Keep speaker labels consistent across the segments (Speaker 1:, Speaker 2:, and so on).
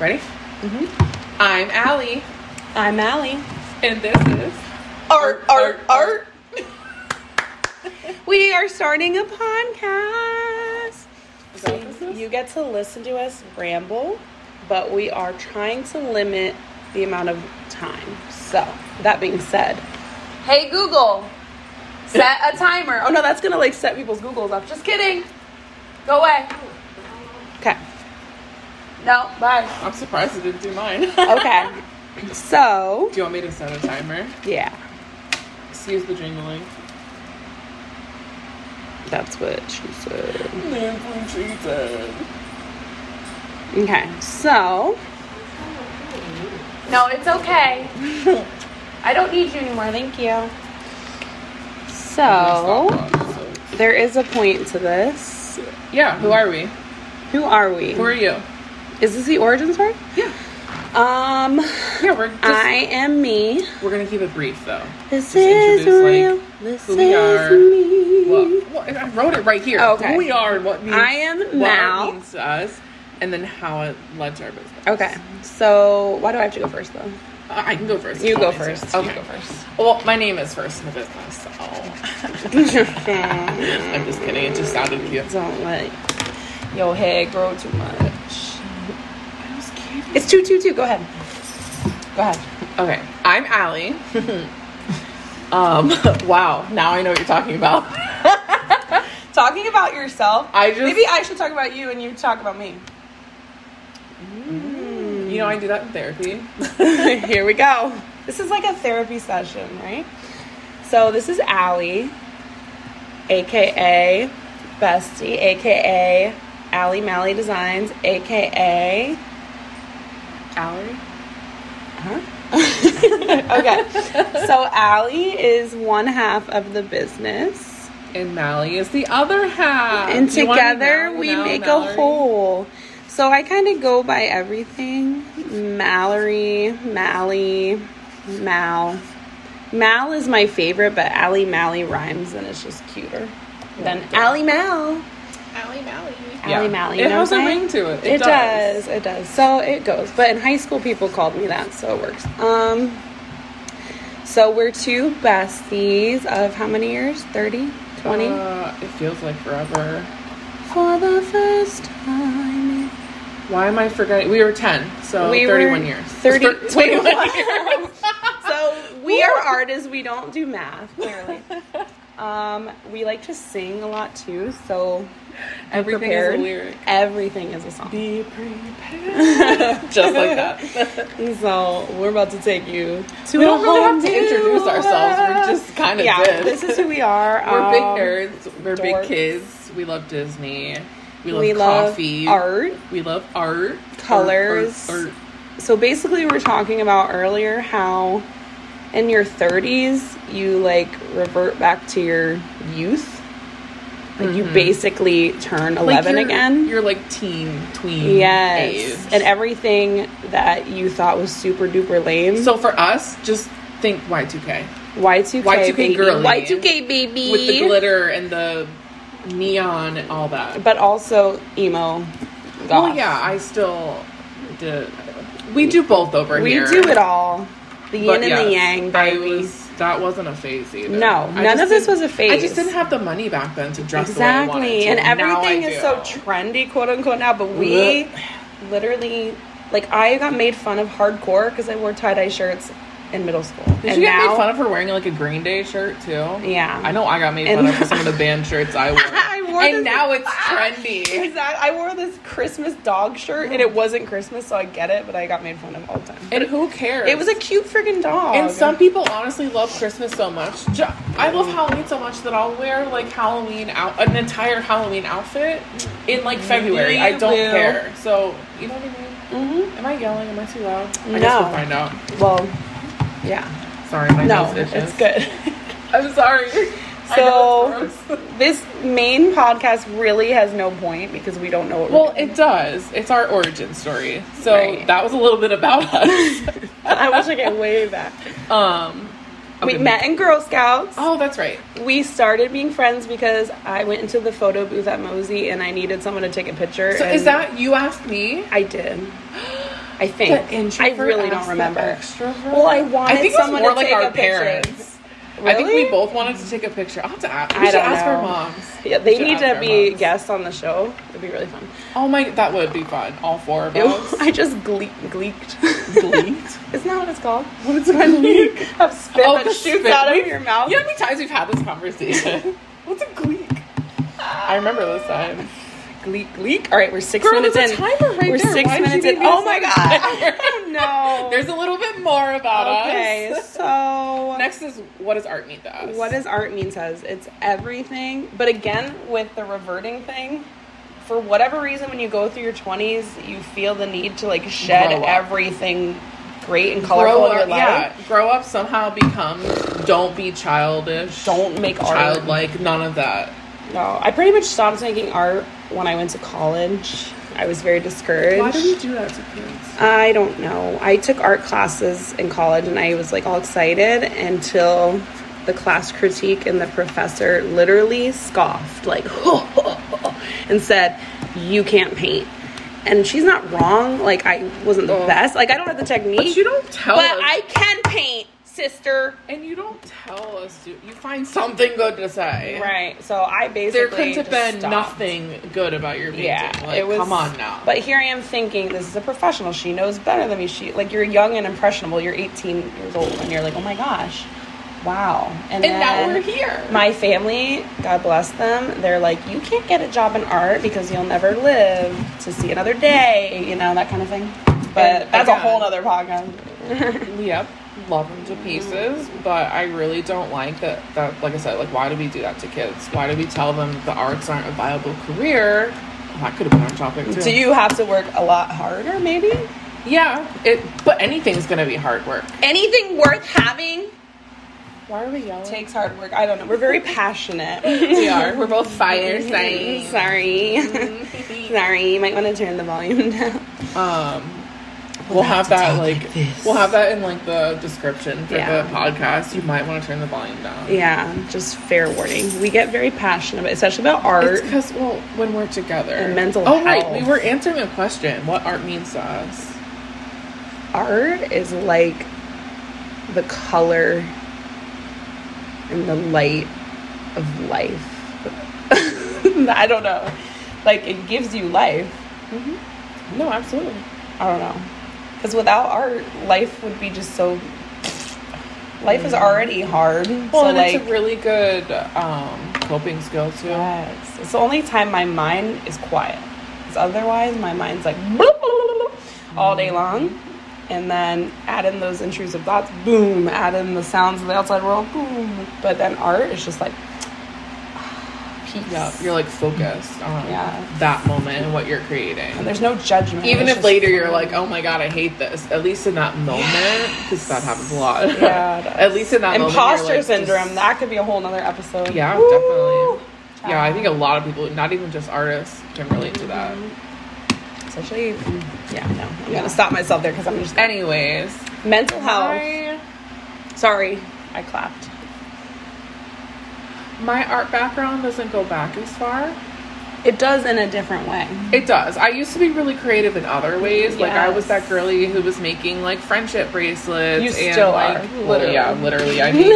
Speaker 1: Ready?
Speaker 2: Mm-hmm.
Speaker 1: I'm Allie,
Speaker 2: I'm Allie.
Speaker 1: and this is.
Speaker 2: Art,
Speaker 1: art, art.
Speaker 2: We are starting a podcast.
Speaker 1: Is that what this is?
Speaker 2: You get to listen to us ramble, but we are trying to limit the amount of time. So, that being said,
Speaker 1: Hey Google, set a timer.
Speaker 2: oh no, that's gonna like set people's Googles up.
Speaker 1: just kidding. Go away.
Speaker 2: Okay.
Speaker 1: No, bye. I'm surprised it didn't do mine.
Speaker 2: Okay. so,
Speaker 1: do you want me to set a timer?
Speaker 2: yeah,
Speaker 1: Excuse the jingling.
Speaker 2: that's what she said.
Speaker 1: That's what she said.
Speaker 2: Okay. So,
Speaker 3: No, it's okay. I don't need you anymore. Thank you.
Speaker 2: so there is a point to this.
Speaker 1: Yeah, who are we?
Speaker 2: Who are we?
Speaker 1: Who are you?
Speaker 2: Is this the origin story?
Speaker 1: Yeah.
Speaker 2: Um,
Speaker 1: Yeah, we're just,
Speaker 2: I am me.
Speaker 1: we're gonna keep it brief though.
Speaker 2: This
Speaker 1: Just introduce,
Speaker 2: is real.
Speaker 1: like,
Speaker 2: this
Speaker 1: who we are,
Speaker 2: is me.
Speaker 1: Well, what, I wrote it right here.
Speaker 2: Okay.
Speaker 1: Who we are and what means
Speaker 2: I am
Speaker 1: what
Speaker 2: Mal.
Speaker 1: it means to us, and then how it led to our business.
Speaker 2: Okay, so why do I have to go first though?
Speaker 1: Uh, I can go first.
Speaker 2: You
Speaker 1: if
Speaker 2: go
Speaker 1: want me to.
Speaker 2: first.
Speaker 1: Okay.
Speaker 2: You go first.
Speaker 1: Well, my name is first in the business. So. I'm just kidding. It just sounded cute.
Speaker 2: Don't let your hair grow too much.
Speaker 1: I was kidding.
Speaker 2: It's two, two, two. Go ahead. Go ahead.
Speaker 1: Okay, I'm Allie. um, wow. Now I know what you're talking about.
Speaker 2: Talking about yourself.
Speaker 1: I just-
Speaker 2: maybe I should talk about you and you talk about me.
Speaker 1: You know, I do that in therapy.
Speaker 2: Here we go. This is like a therapy session, right? So this is Allie, aka Bestie, aka Allie Mally Designs, aka
Speaker 1: Allie.
Speaker 2: okay. So Allie is one half of the business,
Speaker 1: And Mally is the other half.
Speaker 2: and
Speaker 1: You wanna
Speaker 2: together
Speaker 1: know
Speaker 2: we
Speaker 1: now,
Speaker 2: make a
Speaker 1: Mallory?
Speaker 2: whole. So I kind of go by everything: Mallory, Mally, Mal. Mal is my favorite, but Allie Mally rhymes, and it's just cuter than Allie Mal.
Speaker 3: Allie Mally.
Speaker 2: Allie Mally.
Speaker 1: It
Speaker 2: you know
Speaker 1: has
Speaker 2: what I'm
Speaker 1: a
Speaker 2: saying?
Speaker 1: ring to it. It,
Speaker 2: It, does. It does. So it goes. But in high school, people called me that, so it works. Um, so we're two besties of how many years? 30? 20?
Speaker 1: Uh, it feels like forever.
Speaker 2: For the first time.
Speaker 1: Why am I forgetting? We were 10, so
Speaker 2: We
Speaker 1: 31
Speaker 2: were
Speaker 1: years.
Speaker 2: 30
Speaker 1: Thir-
Speaker 2: 21
Speaker 1: 21 years.
Speaker 2: So we are artists. We don't do math, clearly. um, we like to sing a lot, too. So
Speaker 1: Everything is a
Speaker 2: prepared.
Speaker 1: lyric.
Speaker 2: Everything is a song.
Speaker 1: Be prepared. Just like that.
Speaker 2: So we're about to take you to
Speaker 1: we
Speaker 2: a
Speaker 1: don't really
Speaker 2: whole
Speaker 1: have to
Speaker 2: new
Speaker 1: introduce
Speaker 2: world.
Speaker 1: ourselves. We just kind of
Speaker 2: yeah,
Speaker 1: did.
Speaker 2: this is who we are.
Speaker 1: we're
Speaker 2: Um,
Speaker 1: big nerds. We're
Speaker 2: dorks.
Speaker 1: big kids. We love Disney. We love
Speaker 2: We love
Speaker 1: coffee.
Speaker 2: art.
Speaker 1: We love art.
Speaker 2: Colors.
Speaker 1: Art, art,
Speaker 2: So basically, we were talking about earlier how in your 30s you like revert back to your youth. Like you basically turn 11
Speaker 1: Mm-hmm. you're-
Speaker 2: again.
Speaker 1: You're like teen, tween
Speaker 2: yes,
Speaker 1: age.
Speaker 2: and everything that you thought was super duper lame.
Speaker 1: so for us, just think Y2K.
Speaker 2: Y2K,
Speaker 1: Y2K
Speaker 2: baby.
Speaker 1: girly.
Speaker 2: Y2K baby
Speaker 1: With the glitter and the neon and all that.
Speaker 2: but also emo. Goth.
Speaker 1: Well, yeah, I still did. We do both over
Speaker 2: we
Speaker 1: here.
Speaker 2: do it all. The yin
Speaker 1: But
Speaker 2: and
Speaker 1: yes,
Speaker 2: the yang,
Speaker 1: I
Speaker 2: baby.
Speaker 1: was- that wasn't a phase either.
Speaker 2: No,
Speaker 1: I
Speaker 2: none
Speaker 1: just
Speaker 2: of this
Speaker 1: didn't-
Speaker 2: was a phase.
Speaker 1: I just didn't have the money back then to dress the way I wanted
Speaker 2: Exactly.
Speaker 1: to.
Speaker 2: And
Speaker 1: Now I
Speaker 2: everything is
Speaker 1: do.
Speaker 2: so trendy, quote unquote, now. But we
Speaker 1: Ugh.
Speaker 2: literally, like, I got made fun of hardcore because I wore tie dye shirts in middle school.
Speaker 1: Did you get made fun of for wearing like a Green Day shirt too?
Speaker 2: Yeah.
Speaker 1: I know I got made fun
Speaker 2: And-
Speaker 1: of for some of the band shirts I wore.
Speaker 2: I wore
Speaker 1: and
Speaker 2: this-
Speaker 1: now it's trendy.
Speaker 2: Exactly. I wore this Christmas dog shirt, and it wasn't Christmas, so I get it, but I got made fun of all the time.
Speaker 1: And who cares?
Speaker 2: It was a cute freaking dog.
Speaker 1: And some people honestly love Christmas so much. Ju- I love Halloween so much that I'll wear like Halloween out an entire Halloween outfit in like February. I don't
Speaker 2: will.
Speaker 1: care. So you know what I mean?
Speaker 2: Mhm.
Speaker 1: Am I yelling? Am I too loud? I guess
Speaker 2: No.
Speaker 1: we'll find out.
Speaker 2: Well, yeah.
Speaker 1: Sorry, my
Speaker 2: No,
Speaker 1: nose itches.
Speaker 2: it's good.
Speaker 1: I'm sorry. I know
Speaker 2: So-
Speaker 1: it's gross.
Speaker 2: this main podcast really has no point because we don't know what
Speaker 1: well,
Speaker 2: we're doing.
Speaker 1: it does. It's our origin story. So
Speaker 2: Right.
Speaker 1: that was a little bit about us.
Speaker 2: I wish I could way back.
Speaker 1: um,
Speaker 2: We met in Girl Scouts.
Speaker 1: Oh, that's right.
Speaker 2: We started being friends because I went into the photo booth at Mosey and I needed someone to take a picture.
Speaker 1: So
Speaker 2: and
Speaker 1: is that you asked me?
Speaker 2: I did. I
Speaker 1: The
Speaker 2: think. I
Speaker 1: introvert
Speaker 2: really
Speaker 1: asked
Speaker 2: don't
Speaker 1: the
Speaker 2: remember.
Speaker 1: extrovert?
Speaker 2: Well, I wanted
Speaker 1: think it was
Speaker 2: someone
Speaker 1: more
Speaker 2: to
Speaker 1: like
Speaker 2: take
Speaker 1: our
Speaker 2: a picture.
Speaker 1: parents.
Speaker 2: Really?
Speaker 1: I think we both wanted to take a picture. I'll have to ask. We
Speaker 2: I
Speaker 1: should
Speaker 2: don't
Speaker 1: ask
Speaker 2: know.
Speaker 1: our moms.
Speaker 2: Yeah,
Speaker 1: We
Speaker 2: they
Speaker 1: should
Speaker 2: need
Speaker 1: ask
Speaker 2: to
Speaker 1: our
Speaker 2: be
Speaker 1: moms.
Speaker 2: guests on the show. It'd be really fun.
Speaker 1: Oh my, that would be fun. All four of us.
Speaker 2: I just gleek, gleeked.
Speaker 1: Bleaked.
Speaker 2: Isn't that what it's called?
Speaker 1: What is a gleek?
Speaker 2: A spit
Speaker 1: Oh,
Speaker 2: that
Speaker 1: the
Speaker 2: shoots
Speaker 1: spit.
Speaker 2: out of
Speaker 1: We've-
Speaker 2: your mouth.
Speaker 1: You know how many times we've had this conversation? What's a gleek? I remember this time.
Speaker 2: Gleek, gleek. All right, we're six
Speaker 1: Girl,
Speaker 2: minutes
Speaker 1: there's a
Speaker 2: in.
Speaker 1: timer right
Speaker 2: we're
Speaker 1: there.
Speaker 2: six
Speaker 1: Why'd you
Speaker 2: minutes
Speaker 1: give
Speaker 2: in.
Speaker 1: me a
Speaker 2: Oh my
Speaker 1: second?
Speaker 2: god. I don't know.
Speaker 1: There's a little bit more about
Speaker 2: okay,
Speaker 1: us.
Speaker 2: so
Speaker 1: Next is what does art mean to us?
Speaker 2: What does art mean to us? It's everything. But again, with the reverting thing, for whatever reason, when you go through your 20s, you feel the need to like shed
Speaker 1: Grow up.
Speaker 2: everything great and
Speaker 1: grow
Speaker 2: colorful in your
Speaker 1: up?
Speaker 2: life.
Speaker 1: Yeah, grow up somehow becomes. Don't be childish.
Speaker 2: Don't make art.
Speaker 1: childlike. None of that.
Speaker 2: No, I pretty much stopped making art when I went to college. I was very discouraged.
Speaker 1: do that to kids?
Speaker 2: I don't know. I took art classes in college and I was like all excited until the class critique and the professor literally scoffed, like, and said, You can't paint. And she's not wrong. Like, I wasn't the
Speaker 1: Oh.
Speaker 2: best. Like, I don't have the technique.
Speaker 1: But you don't tell
Speaker 2: But
Speaker 1: us.
Speaker 2: I can paint, sister.
Speaker 1: and you don't tell us. To, you find something good to say.
Speaker 2: Right. So I basically.
Speaker 1: There couldn't have
Speaker 2: just
Speaker 1: been
Speaker 2: stopped.
Speaker 1: nothing good about your painting.
Speaker 2: Yeah,
Speaker 1: Like,
Speaker 2: it was.
Speaker 1: Come on now.
Speaker 2: But here I am thinking, this is a professional. She knows better than me. She like you're young and impressionable. You're 18 years old, and you're like, oh my gosh, wow. And,
Speaker 1: and now
Speaker 2: then
Speaker 1: we're here.
Speaker 2: My family, God bless them, they're like, you can't get a job in art because you'll never live to see another day. You know that kind of thing. But
Speaker 1: And
Speaker 2: that's a
Speaker 1: again-
Speaker 2: whole other podcast.
Speaker 1: Yep. Love them to pieces, but I really don't like that. That, like I said, like why do we do that to kids? Why do we tell them the arts aren't a viable career? Oh, that could have been our topic too.
Speaker 2: Do you have to work a lot harder? Maybe
Speaker 1: Yeah. It. But anything's gonna be hard work.
Speaker 2: anything worth having
Speaker 1: Why are we yelling?
Speaker 2: takes hard work. I don't know. We're very passionate.
Speaker 1: we are. We're both fire signs.
Speaker 2: Sorry.
Speaker 1: Mm-hmm.
Speaker 2: Sorry, you might want to turn the volume down.
Speaker 1: Um. We'll have that like we'll have that in like the description for
Speaker 2: Yeah.
Speaker 1: the podcast. You might want to turn the volume down.
Speaker 2: Yeah, just fair warning. We get very passionate, about, especially about
Speaker 1: It's
Speaker 2: art.
Speaker 1: because well, when we're together,
Speaker 2: And mental
Speaker 1: Oh right,
Speaker 2: health.
Speaker 1: we were answering a question: what art means to us.
Speaker 2: Art is like the color and the light of life. I don't know. Like it gives you life.
Speaker 1: No, absolutely.
Speaker 2: I don't know. Because without art, life would be just so. Life is already hard.
Speaker 1: Mm. Well,
Speaker 2: so
Speaker 1: and
Speaker 2: like,
Speaker 1: it's a really good um, coping skill too.
Speaker 2: Yes. It's the only time my mind is quiet. Because otherwise, my mind's like bloop, bloop, bloop, bloop, bloop, all day long. And then add in those intrusive thoughts, boom. Add in the sounds of the outside world, boom. But then art is just like peace.
Speaker 1: Yeah, you're like focused on
Speaker 2: Yeah.
Speaker 1: that moment and what you're creating.
Speaker 2: and there's no judgment.
Speaker 1: Even
Speaker 2: It's
Speaker 1: if
Speaker 2: just-
Speaker 1: later you're like, "Oh my god, I hate this," at least in that moment, because that happens a lot.
Speaker 2: Yeah, it does.
Speaker 1: at least in that moment,
Speaker 2: imposter
Speaker 1: you're, like,
Speaker 2: syndrome.
Speaker 1: just-
Speaker 2: That could be a whole nother episode.
Speaker 1: Yeah,
Speaker 2: Woo!
Speaker 1: definitely. Yeah, I think a lot of people, not even just artists, can relate to that.
Speaker 2: Mm-hmm. Especially, yeah, no. I'm
Speaker 1: Yeah.
Speaker 2: gonna stop myself there because I'm just
Speaker 1: Anyways,
Speaker 2: mental health.
Speaker 1: my,
Speaker 2: Sorry, I clapped.
Speaker 1: my art background doesn't go back as far.
Speaker 2: It does in a different way.
Speaker 1: It does. I used to be really creative in other ways. Like I was
Speaker 2: Yes.
Speaker 1: that girly who was making like friendship bracelets.
Speaker 2: You
Speaker 1: and,
Speaker 2: still
Speaker 1: like,
Speaker 2: are,
Speaker 1: well,
Speaker 2: literally.
Speaker 1: yeah, literally. I made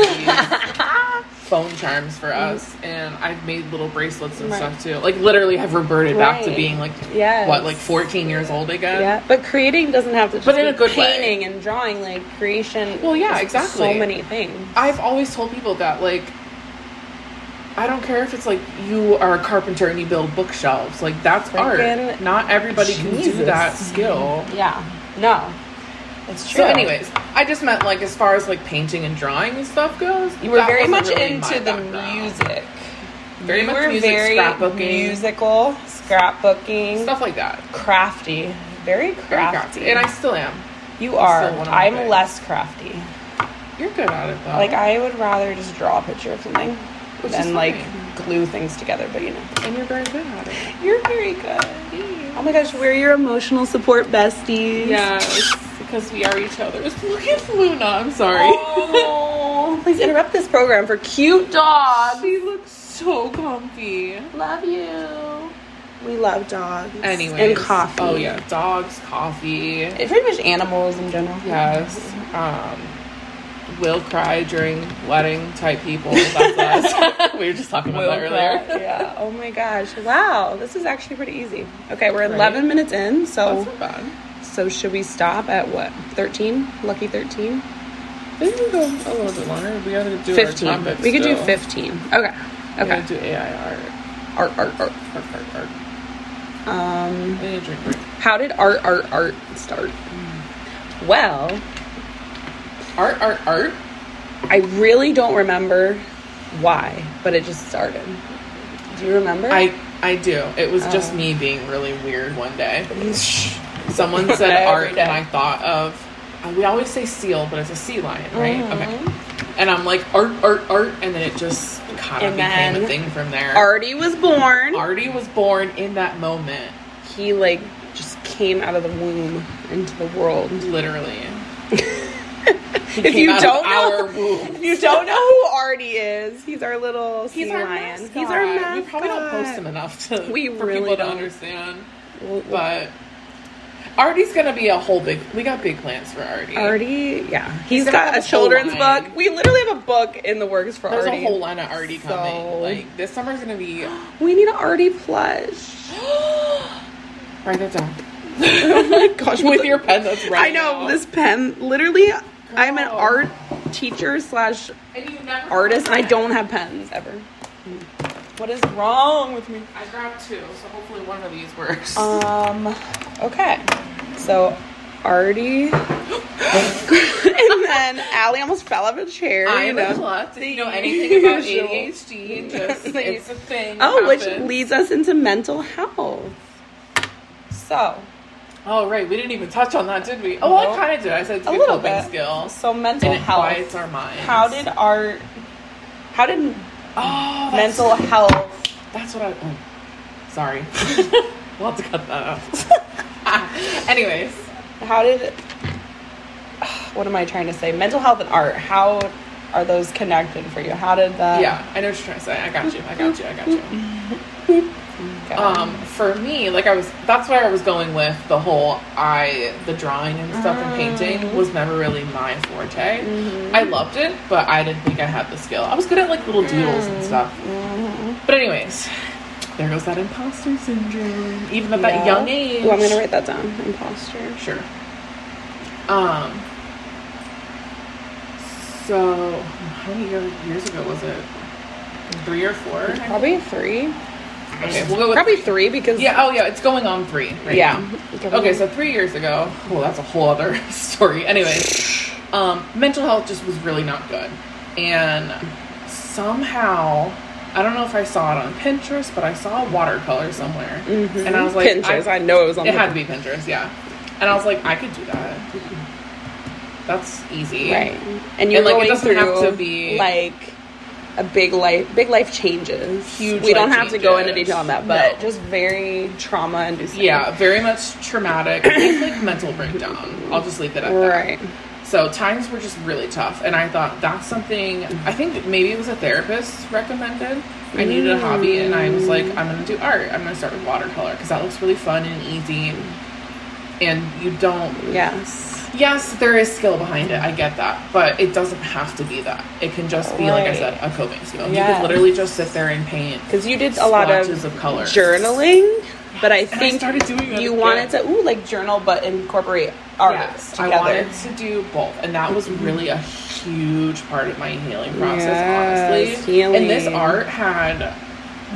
Speaker 1: these phone charms for us, and I've made little bracelets and
Speaker 2: Right.
Speaker 1: stuff too. Like literally, have reverted back to
Speaker 2: Right.
Speaker 1: being like
Speaker 2: Yes.
Speaker 1: what, like fourteen years old again.
Speaker 2: Yeah, but creating doesn't have to. Just
Speaker 1: But in
Speaker 2: be
Speaker 1: a good way.
Speaker 2: painting and drawing, like creation.
Speaker 1: Well, yeah,
Speaker 2: is
Speaker 1: exactly.
Speaker 2: So many things.
Speaker 1: I've always told people that like. I don't care if it's like you are a carpenter and you build bookshelves. Like that's
Speaker 2: Freaking
Speaker 1: art. Not everybody can do
Speaker 2: Jesus.
Speaker 1: that skill.
Speaker 2: Yeah, no, it's true.
Speaker 1: So, anyways, I just meant like as far as like painting and drawing and stuff goes.
Speaker 2: you were
Speaker 1: that
Speaker 2: very much
Speaker 1: wasn't really my
Speaker 2: into the
Speaker 1: background.
Speaker 2: music.
Speaker 1: Very
Speaker 2: you
Speaker 1: much
Speaker 2: were
Speaker 1: music,
Speaker 2: very
Speaker 1: scrapbooking.
Speaker 2: musical, scrapbooking,
Speaker 1: stuff like that.
Speaker 2: crafty, very crafty.
Speaker 1: Very crafty, and I still am.
Speaker 2: you are.
Speaker 1: still one of my
Speaker 2: I'm
Speaker 1: things.
Speaker 2: less crafty.
Speaker 1: You're good at it though.
Speaker 2: Like I would rather just draw a picture of something
Speaker 1: Oh. Which is
Speaker 2: than like
Speaker 1: fine.
Speaker 2: glue things together. But you know,
Speaker 1: and you're very good at it.
Speaker 2: you're very good. Oh my gosh, we're your emotional support besties.
Speaker 1: Yes, because we are each other's. Look at Luna. I'm sorry.
Speaker 2: Oh, please interrupt this program for cute dogs.
Speaker 1: She looks so comfy.
Speaker 2: Love you. We love dogs.
Speaker 1: Anyway,
Speaker 2: And coffee.
Speaker 1: Oh yeah, dogs, coffee.
Speaker 3: It's pretty much animals in general.
Speaker 1: Yes. Um, will cry during wedding type people. That's us. we were just talking about
Speaker 3: Will
Speaker 1: that earlier.
Speaker 3: cry.
Speaker 2: yeah. Oh my gosh. Wow. This is actually pretty easy. Okay, we're
Speaker 1: Right.
Speaker 2: 11 minutes in. So
Speaker 1: That's not bad.
Speaker 2: so should we stop at what? 13? Lucky 13?
Speaker 1: I think we can go a little bit longer. We gotta do
Speaker 2: 15.
Speaker 1: our topics.
Speaker 2: we could do
Speaker 1: still.
Speaker 2: 15. Okay.
Speaker 1: We gotta
Speaker 2: Okay.
Speaker 1: do AI
Speaker 2: Art art art.
Speaker 1: art. Art, art, art.
Speaker 2: Um
Speaker 1: We need a drink break.
Speaker 2: how did art art art start?
Speaker 1: Mm.
Speaker 2: Well,
Speaker 1: Art, art, art.
Speaker 2: I really don't remember why, but it just started. Do you remember?
Speaker 1: I, I do. It was just
Speaker 2: Oh.
Speaker 1: me being really weird one day. Someone said
Speaker 3: Every
Speaker 1: art,
Speaker 3: day.
Speaker 1: and I thought of. uh, We always say seal, but it's a sea lion, right?
Speaker 2: Mm-hmm.
Speaker 1: Okay. And I'm like art, art, art, and then it just kind of
Speaker 2: And
Speaker 1: became a
Speaker 2: then
Speaker 1: thing from there.
Speaker 2: Artie was born.
Speaker 1: Artie was born in that moment,
Speaker 2: He like just came out of the womb into the world.
Speaker 1: literally.
Speaker 2: If you don't know,
Speaker 1: our womb.
Speaker 2: if you don't know who Artie is, he's our little sea lion. He's our mascot.
Speaker 1: We probably don't post him enough to
Speaker 2: We
Speaker 1: for
Speaker 2: really
Speaker 1: people
Speaker 2: don't.
Speaker 1: to understand.
Speaker 2: We'll- we'll-
Speaker 1: But Artie's gonna be a whole big. We got big plans for Artie.
Speaker 2: Artie, yeah, he's
Speaker 1: gonna
Speaker 2: got
Speaker 1: have a
Speaker 2: a
Speaker 1: whole
Speaker 2: children's
Speaker 1: line.
Speaker 2: book. We literally have a book in the works for
Speaker 1: There's
Speaker 2: Artie.
Speaker 1: a whole line of Artie
Speaker 2: So-
Speaker 1: coming. Like this summer's gonna be.
Speaker 2: we need an Artie plush.
Speaker 1: Write that down.
Speaker 2: oh my gosh,
Speaker 1: With your pen that's right. Oh.
Speaker 2: I know
Speaker 1: now.
Speaker 2: this pen. Literally, I'm an
Speaker 1: Girl.
Speaker 2: art teacher slash
Speaker 1: And you never
Speaker 2: artist, and I don't have pens ever. What is wrong with me?
Speaker 1: I grabbed two, so hopefully one of these works.
Speaker 2: Um. Okay. So, Artie, and then Allie almost fell out of a chair. you
Speaker 1: I'm
Speaker 2: know.
Speaker 1: a klutz. If you know anything about
Speaker 2: usual.
Speaker 1: ADHD, just
Speaker 2: The
Speaker 1: it's a thing.
Speaker 2: Oh, which
Speaker 1: happens.
Speaker 2: leads us into mental health. So,
Speaker 1: Oh, right. We didn't even touch on that, did we? Oh, well, I
Speaker 2: No.
Speaker 1: kind of did. I said it's a
Speaker 2: Uh-huh. a
Speaker 1: good
Speaker 2: little
Speaker 1: coping
Speaker 2: bit.
Speaker 1: skill.
Speaker 2: So mental
Speaker 1: And it
Speaker 2: health.
Speaker 1: quiets our mind.
Speaker 2: how did art? How did
Speaker 1: oh, that's,
Speaker 2: mental health?
Speaker 1: That's what I. Oh, sorry. we'll have to cut that out. Anyways,
Speaker 2: How did? What am I trying to say? Mental health and art. How are those connected for you? How did that?
Speaker 1: yeah, I know what you're trying to say. I got you. I got you. I got you.
Speaker 2: go?
Speaker 1: um for me like i was that's where i was going with the whole i the drawing and stuff and painting was never really my forte i loved it but i didn't think i had the skill i was good at like little doodles and stuff but anyways there goes that imposter syndrome even at that
Speaker 2: Yeah.
Speaker 1: young age
Speaker 2: Ooh, I'm gonna write that down. Imposter.
Speaker 1: sure um so how many year- years ago was it three or four
Speaker 2: Probably three.
Speaker 1: okay we'll go with
Speaker 2: Probably three because
Speaker 1: yeah oh yeah it's going on three right
Speaker 2: yeah.
Speaker 1: now. Okay, so three years ago, well, that's a whole other story. Anyway, um, mental health just was really not good. And somehow, I don't know if I saw it on Pinterest, but I saw a watercolor somewhere. And I was like,
Speaker 2: Mm-hmm. Pinterest. I,
Speaker 1: I-
Speaker 2: know it was on.
Speaker 1: it
Speaker 2: the
Speaker 1: had to be Pinterest, yeah. And I was like, I could do that. That's easy.
Speaker 2: right and you're
Speaker 1: And, like, it
Speaker 2: going
Speaker 1: doesn't
Speaker 2: through
Speaker 1: have to be-
Speaker 2: like a big life big life changes
Speaker 1: Huge
Speaker 2: we don't
Speaker 1: life
Speaker 2: have to go into
Speaker 1: changes.
Speaker 2: detail on that but
Speaker 1: No.
Speaker 2: just very trauma inducing
Speaker 1: Yeah, very much traumatic, I think, like mental breakdown. I'll just leave it at that.
Speaker 2: right
Speaker 1: So times were just really tough, and I thought that's something. I think maybe it was a therapist recommended. I needed a hobby, and I was like, I'm gonna do art. I'm gonna start with watercolor because that looks really fun and easy. And you don't.
Speaker 2: yes
Speaker 1: Yes, there is skill behind it. I get that, but it doesn't have to be that. It can just be, like I
Speaker 2: Right.
Speaker 1: said, a coping skill. You
Speaker 2: Yes.
Speaker 1: could literally just sit there and paint.
Speaker 2: because you did a lot
Speaker 1: Splotches
Speaker 2: of,
Speaker 1: of colors.
Speaker 2: journaling but i
Speaker 1: I
Speaker 2: think
Speaker 1: started doing that
Speaker 2: you
Speaker 1: again.
Speaker 2: wanted to ooh, like journal but incorporate artists
Speaker 1: Yes,
Speaker 2: together Mm-hmm.
Speaker 1: I wanted to do both, and that was really a huge part of my healing process.
Speaker 2: Yes,
Speaker 1: honestly, and this
Speaker 2: healing.
Speaker 1: art had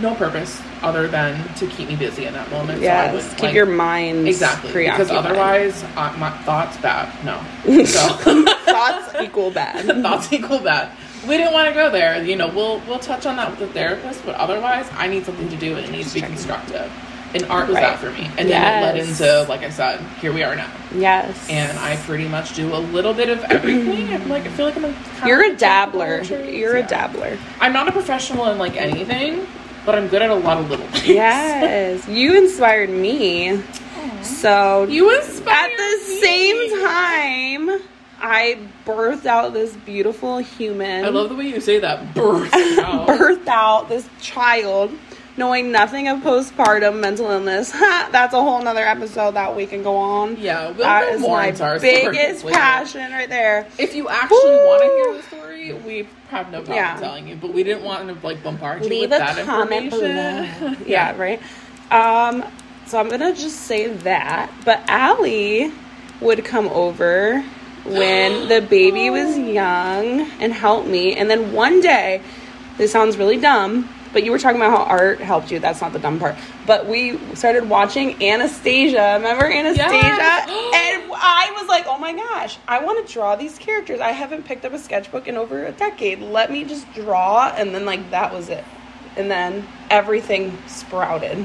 Speaker 1: no purpose other than to keep me busy in that moment. so I
Speaker 2: yes
Speaker 1: wouldn't,
Speaker 2: keep
Speaker 1: like-
Speaker 2: your mind
Speaker 1: exactly
Speaker 2: preoccupied.
Speaker 1: because otherwise uh, my thoughts bad. No, so
Speaker 2: thoughts equal bad
Speaker 1: thoughts equal bad. We didn't want to go there. You know, we'll we'll touch on that with the therapist, but otherwise, I need something to do, and it needs to be constructive. And art was that
Speaker 2: Right.
Speaker 1: for me, and then it led
Speaker 2: Yes.
Speaker 1: into, like I said, here we are now
Speaker 2: yes
Speaker 1: and I pretty much do a little bit of everything. I'm like, I feel like I'm a kind of-
Speaker 2: you're a dabbler you're
Speaker 1: Yeah.
Speaker 2: a dabbler
Speaker 1: I'm not a professional in like anything, but I'm good at a lot of little things.
Speaker 2: Yes, you inspired me. So
Speaker 1: you inspire
Speaker 2: at the
Speaker 1: me.
Speaker 2: same time, I birthed out this beautiful human.
Speaker 1: I love the way you say that. Birth. out.
Speaker 2: birthed out this child knowing nothing of postpartum mental illness. that's a whole nother episode that we can go on.
Speaker 1: Yeah, we'll
Speaker 2: That
Speaker 1: go
Speaker 2: is
Speaker 1: more
Speaker 2: my
Speaker 1: into our stories
Speaker 2: biggest
Speaker 1: later.
Speaker 2: passion right there.
Speaker 1: If you actually
Speaker 2: Woo!
Speaker 1: want to hear the story, we have no problem
Speaker 2: Yeah.
Speaker 1: telling you, but we didn't want to like bombard you
Speaker 2: Leave
Speaker 1: with
Speaker 2: a
Speaker 1: that
Speaker 2: comment below.
Speaker 1: information.
Speaker 2: yeah, right. Um, so I'm gonna just say that. But Allie would come over when the baby was young and help me. And then one day, this sounds really dumb, but you were talking about how art helped you. That's not the dumb part. But we started watching Anastasia. Remember Anastasia?
Speaker 1: Yes.
Speaker 2: And I was like, oh my gosh, I want to draw these characters. I haven't picked up a sketchbook in over a decade. Let me just draw. And then, like, that was it. And then everything sprouted.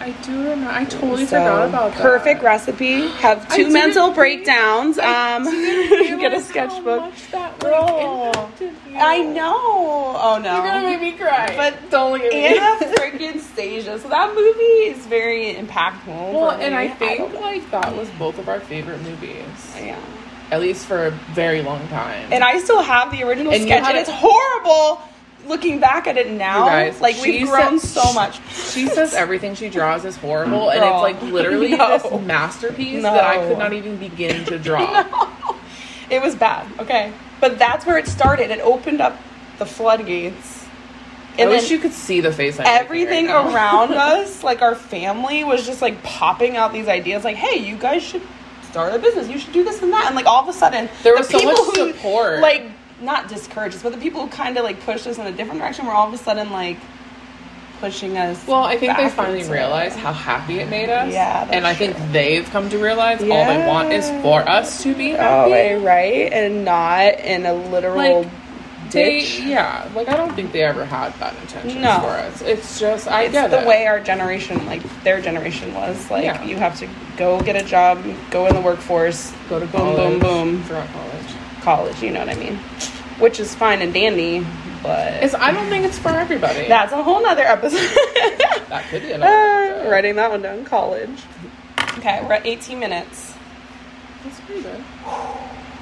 Speaker 1: I do remember. I totally
Speaker 2: So,
Speaker 1: forgot about that.
Speaker 2: perfect recipe. Have
Speaker 1: I
Speaker 2: two
Speaker 1: didn't
Speaker 2: mental
Speaker 1: think-
Speaker 2: breakdowowns. Um,
Speaker 1: Realize
Speaker 2: get a
Speaker 1: How
Speaker 2: sketchbook.
Speaker 1: much that, like,
Speaker 2: Girl.
Speaker 1: impacted you.
Speaker 2: I know. Oh no.
Speaker 1: You're gonna make me cry.
Speaker 2: But
Speaker 1: don't look at me.
Speaker 2: Anna freaking Stasia. So that movie is very impactful.
Speaker 1: well,
Speaker 2: for
Speaker 1: and
Speaker 2: me.
Speaker 1: I
Speaker 2: don't
Speaker 1: think
Speaker 2: know.
Speaker 1: like that was both of our favorite movies,
Speaker 2: yeah.
Speaker 1: at least for a very long time.
Speaker 2: And I still have the original
Speaker 1: And you
Speaker 2: sketch,
Speaker 1: had
Speaker 2: and
Speaker 1: it-
Speaker 2: it's horrible looking back at it now.
Speaker 1: You guys,
Speaker 2: like
Speaker 1: she
Speaker 2: we've grown
Speaker 1: said-
Speaker 2: so much.
Speaker 1: She says everything she draws is horrible, and
Speaker 2: Girl.
Speaker 1: it's like literally
Speaker 2: No.
Speaker 1: this masterpiece that I
Speaker 2: No.
Speaker 1: could not even begin to draw.
Speaker 2: it was bad. Okay, but that's where it started. It opened up the floodgates.
Speaker 1: I
Speaker 2: And
Speaker 1: wish
Speaker 2: then
Speaker 1: you could see the face. I'm making
Speaker 2: everything
Speaker 1: right now.
Speaker 2: around us, like our family, was just like popping out these ideas. Like, hey, you guys should start a business. You should do this and that. And like all of a sudden,
Speaker 1: There
Speaker 2: the
Speaker 1: was so
Speaker 2: people
Speaker 1: much
Speaker 2: who,
Speaker 1: support.
Speaker 2: Like not discouraged us, but the people who kind of like pushed us in a different direction were all of a sudden like pushing us.
Speaker 1: Well, I think they
Speaker 2: back
Speaker 1: finally
Speaker 2: into-
Speaker 1: realized how happy it made us.
Speaker 2: Yeah, that's
Speaker 1: and I
Speaker 2: true.
Speaker 1: think they've come to realize all they want is for us to be
Speaker 2: Oh,
Speaker 1: happy.
Speaker 2: wait, right, and not in a literal
Speaker 1: Like, They,
Speaker 2: ditch.
Speaker 1: yeah, like I don't think they ever had bad intentions
Speaker 2: No.
Speaker 1: for us. It's just I
Speaker 2: it's
Speaker 1: get
Speaker 2: the
Speaker 1: it.
Speaker 2: way our generation, like their generation, was. Like
Speaker 1: Yeah.
Speaker 2: you have to go get a job, go in the workforce,
Speaker 1: go to
Speaker 2: boom, boom,
Speaker 1: college,
Speaker 2: boom.
Speaker 1: throughout college.
Speaker 2: college. You know what I mean? Which is fine and dandy, but
Speaker 1: It's I don't think it's for everybody.
Speaker 2: that's a whole nother episode.
Speaker 1: that could be another.
Speaker 2: Uh,
Speaker 1: episode.
Speaker 2: writing that one down. College. Okay, we're at 18 minutes.
Speaker 1: That's pretty good.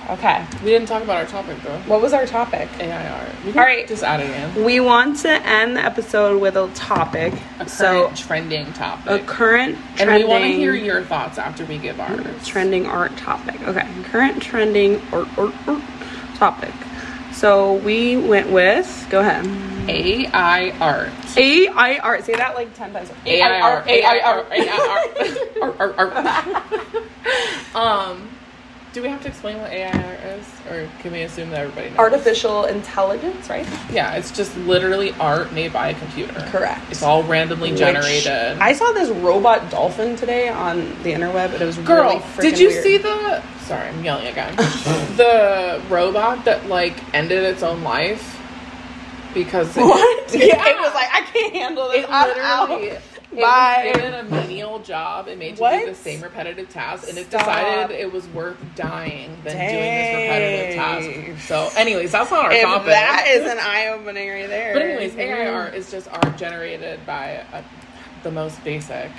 Speaker 2: Okay,
Speaker 1: We didn't talk about our topic though.
Speaker 2: what was our topic?
Speaker 1: AIR. We can
Speaker 2: All right.
Speaker 1: Just add it in.
Speaker 2: We want to end the episode with a topic.
Speaker 1: A current
Speaker 2: so
Speaker 1: trending topic.
Speaker 2: a current
Speaker 1: and
Speaker 2: trending,
Speaker 1: we want to hear your thoughts after we give ours.
Speaker 2: trending art topic. Okay, current trending art, art, art topic. So we went with go ahead.
Speaker 1: AI art.
Speaker 2: A I R. Say that like ten times. A I R A I R A I R.
Speaker 1: Um, do we have to explain what AIR is, or can we assume that everybody knows?
Speaker 2: artificial intelligence, right?
Speaker 1: Yeah, it's just literally art made by a computer.
Speaker 2: Correct.
Speaker 1: It's all randomly generated.
Speaker 2: Which- I saw this robot dolphin today on the interweb, and it was
Speaker 1: Girl,
Speaker 2: really freaking
Speaker 1: did you
Speaker 2: weird.
Speaker 1: see the? Sorry, I'm yelling again. the robot that like ended its own life because it,
Speaker 2: what?
Speaker 1: It,
Speaker 2: Yeah. It was like I can't handle this.
Speaker 1: It
Speaker 2: I'm
Speaker 1: literally
Speaker 2: out.
Speaker 1: it
Speaker 2: Bye.
Speaker 1: was given a menial job and made to
Speaker 2: What?
Speaker 1: do the same repetitive task, and it
Speaker 2: Stop.
Speaker 1: decided it was worth dying than doing this
Speaker 2: Dang.
Speaker 1: repetitive task. So, anyways, that's not our
Speaker 2: If
Speaker 1: topic.
Speaker 2: that is Mm-hmm. an eye opening right there.
Speaker 1: but anyways, AIR is just art generated by a, the most basic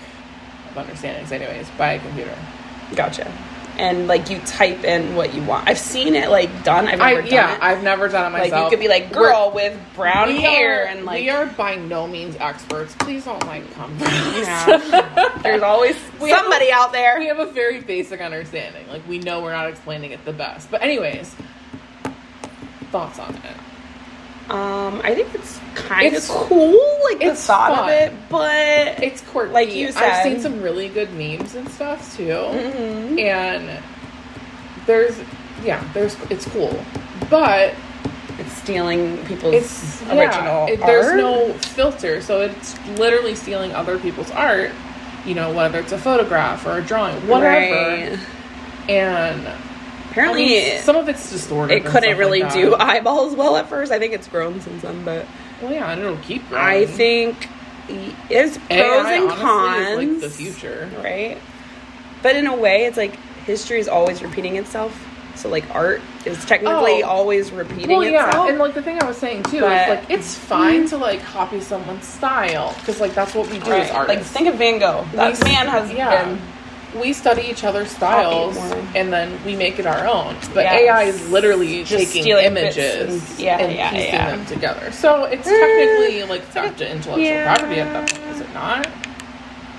Speaker 1: of understandings, anyways, by a computer.
Speaker 2: Gotcha. And like you type in what you want. I've seen it like done. I've never
Speaker 1: I,
Speaker 2: done
Speaker 1: yeah,
Speaker 2: it.
Speaker 1: I've never done it
Speaker 2: like
Speaker 1: myself.
Speaker 2: you could be like
Speaker 1: We're-
Speaker 2: girl with brown
Speaker 1: we
Speaker 2: hair
Speaker 1: are-
Speaker 2: and like
Speaker 1: we are by no means experts. Please don't like come.
Speaker 2: Yeah. There's always
Speaker 1: We have
Speaker 2: somebody out there.
Speaker 1: we have a very basic understanding. Like we know we're not explaining it the best. But anyways, thoughts on it?
Speaker 2: Um, I think it's kind of
Speaker 1: It's-
Speaker 2: cool, like the
Speaker 1: it's
Speaker 2: thought of
Speaker 1: fun.
Speaker 2: it, but
Speaker 1: It's quirky.
Speaker 2: Like you said.
Speaker 1: I've seen some really good memes and stuff too. Mm-hmm.
Speaker 2: Mhm.
Speaker 1: And there's yeah, there's it's cool, but
Speaker 2: it's stealing people's
Speaker 1: it's yeah,
Speaker 2: original
Speaker 1: it- there's
Speaker 2: art.
Speaker 1: no filter, so it's literally stealing other people's art. You know, whether it's a photograph or a drawing, whatever,
Speaker 2: Right.
Speaker 1: and I
Speaker 2: Apparently,
Speaker 1: mean, some of it's distorted.
Speaker 2: it
Speaker 1: and
Speaker 2: couldn't
Speaker 1: stuff
Speaker 2: really
Speaker 1: like that.
Speaker 2: do eyeballs well at first. I think it's grown since then, but
Speaker 1: Well, yeah, and it'll keep. Growing.
Speaker 2: I think y- it's pros
Speaker 1: AI,
Speaker 2: and cons.
Speaker 1: honestly, is, like the future.
Speaker 2: right? But in a way, it's like history is always repeating itself. So like art is technically
Speaker 1: Oh.
Speaker 2: always repeating
Speaker 1: Well, yeah,
Speaker 2: itself.
Speaker 1: and like the thing I was saying too
Speaker 2: But-
Speaker 1: is like it's fine to like copy someone's style because like that's what we do as
Speaker 2: Right. Like
Speaker 1: artists.
Speaker 2: think of Van Gogh. That
Speaker 1: We-
Speaker 2: man has
Speaker 1: yeah.
Speaker 2: been
Speaker 1: we study each other's styles
Speaker 2: I'll eat one.
Speaker 1: and then we make it our own. But
Speaker 2: Yes.
Speaker 1: AI is literally
Speaker 2: Just
Speaker 1: taking
Speaker 2: stealing bits
Speaker 1: images
Speaker 2: and- yeah,
Speaker 1: and
Speaker 2: yeah,
Speaker 1: piecing
Speaker 2: yeah.
Speaker 1: them together. So it's
Speaker 2: Uh,
Speaker 1: technically like back to intellectual
Speaker 2: yeah.
Speaker 1: property at that point, is it not?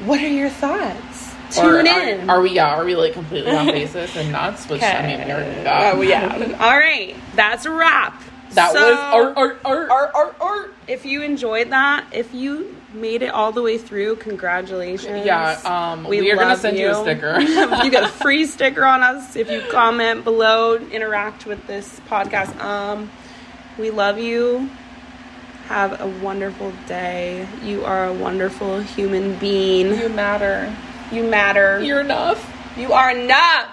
Speaker 2: What are your thoughts?
Speaker 1: Or
Speaker 2: Tune
Speaker 1: are,
Speaker 2: in.
Speaker 1: Are we yeah, are we like completely off basis and nuts? Which I mean we already got.
Speaker 2: Oh, yeah. All right. That's a wrap.
Speaker 1: That
Speaker 2: So-
Speaker 1: was art art art
Speaker 2: Or, or, or if you enjoyed that, if you made it all the way through, congratulations.
Speaker 1: Yeah, um, we are gonna
Speaker 2: love
Speaker 1: send you a sticker.
Speaker 2: you get a free sticker on us if you comment below, interact with this podcast. Um, we love you. Have a wonderful day. You are a wonderful human being.
Speaker 1: You matter.
Speaker 2: You matter.
Speaker 1: You're enough.
Speaker 2: You are enough.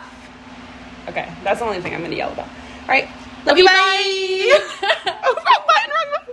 Speaker 2: Okay, that's the only thing I'm gonna yell about. All right, love, you. Bye. oh, wrong button, wrong button.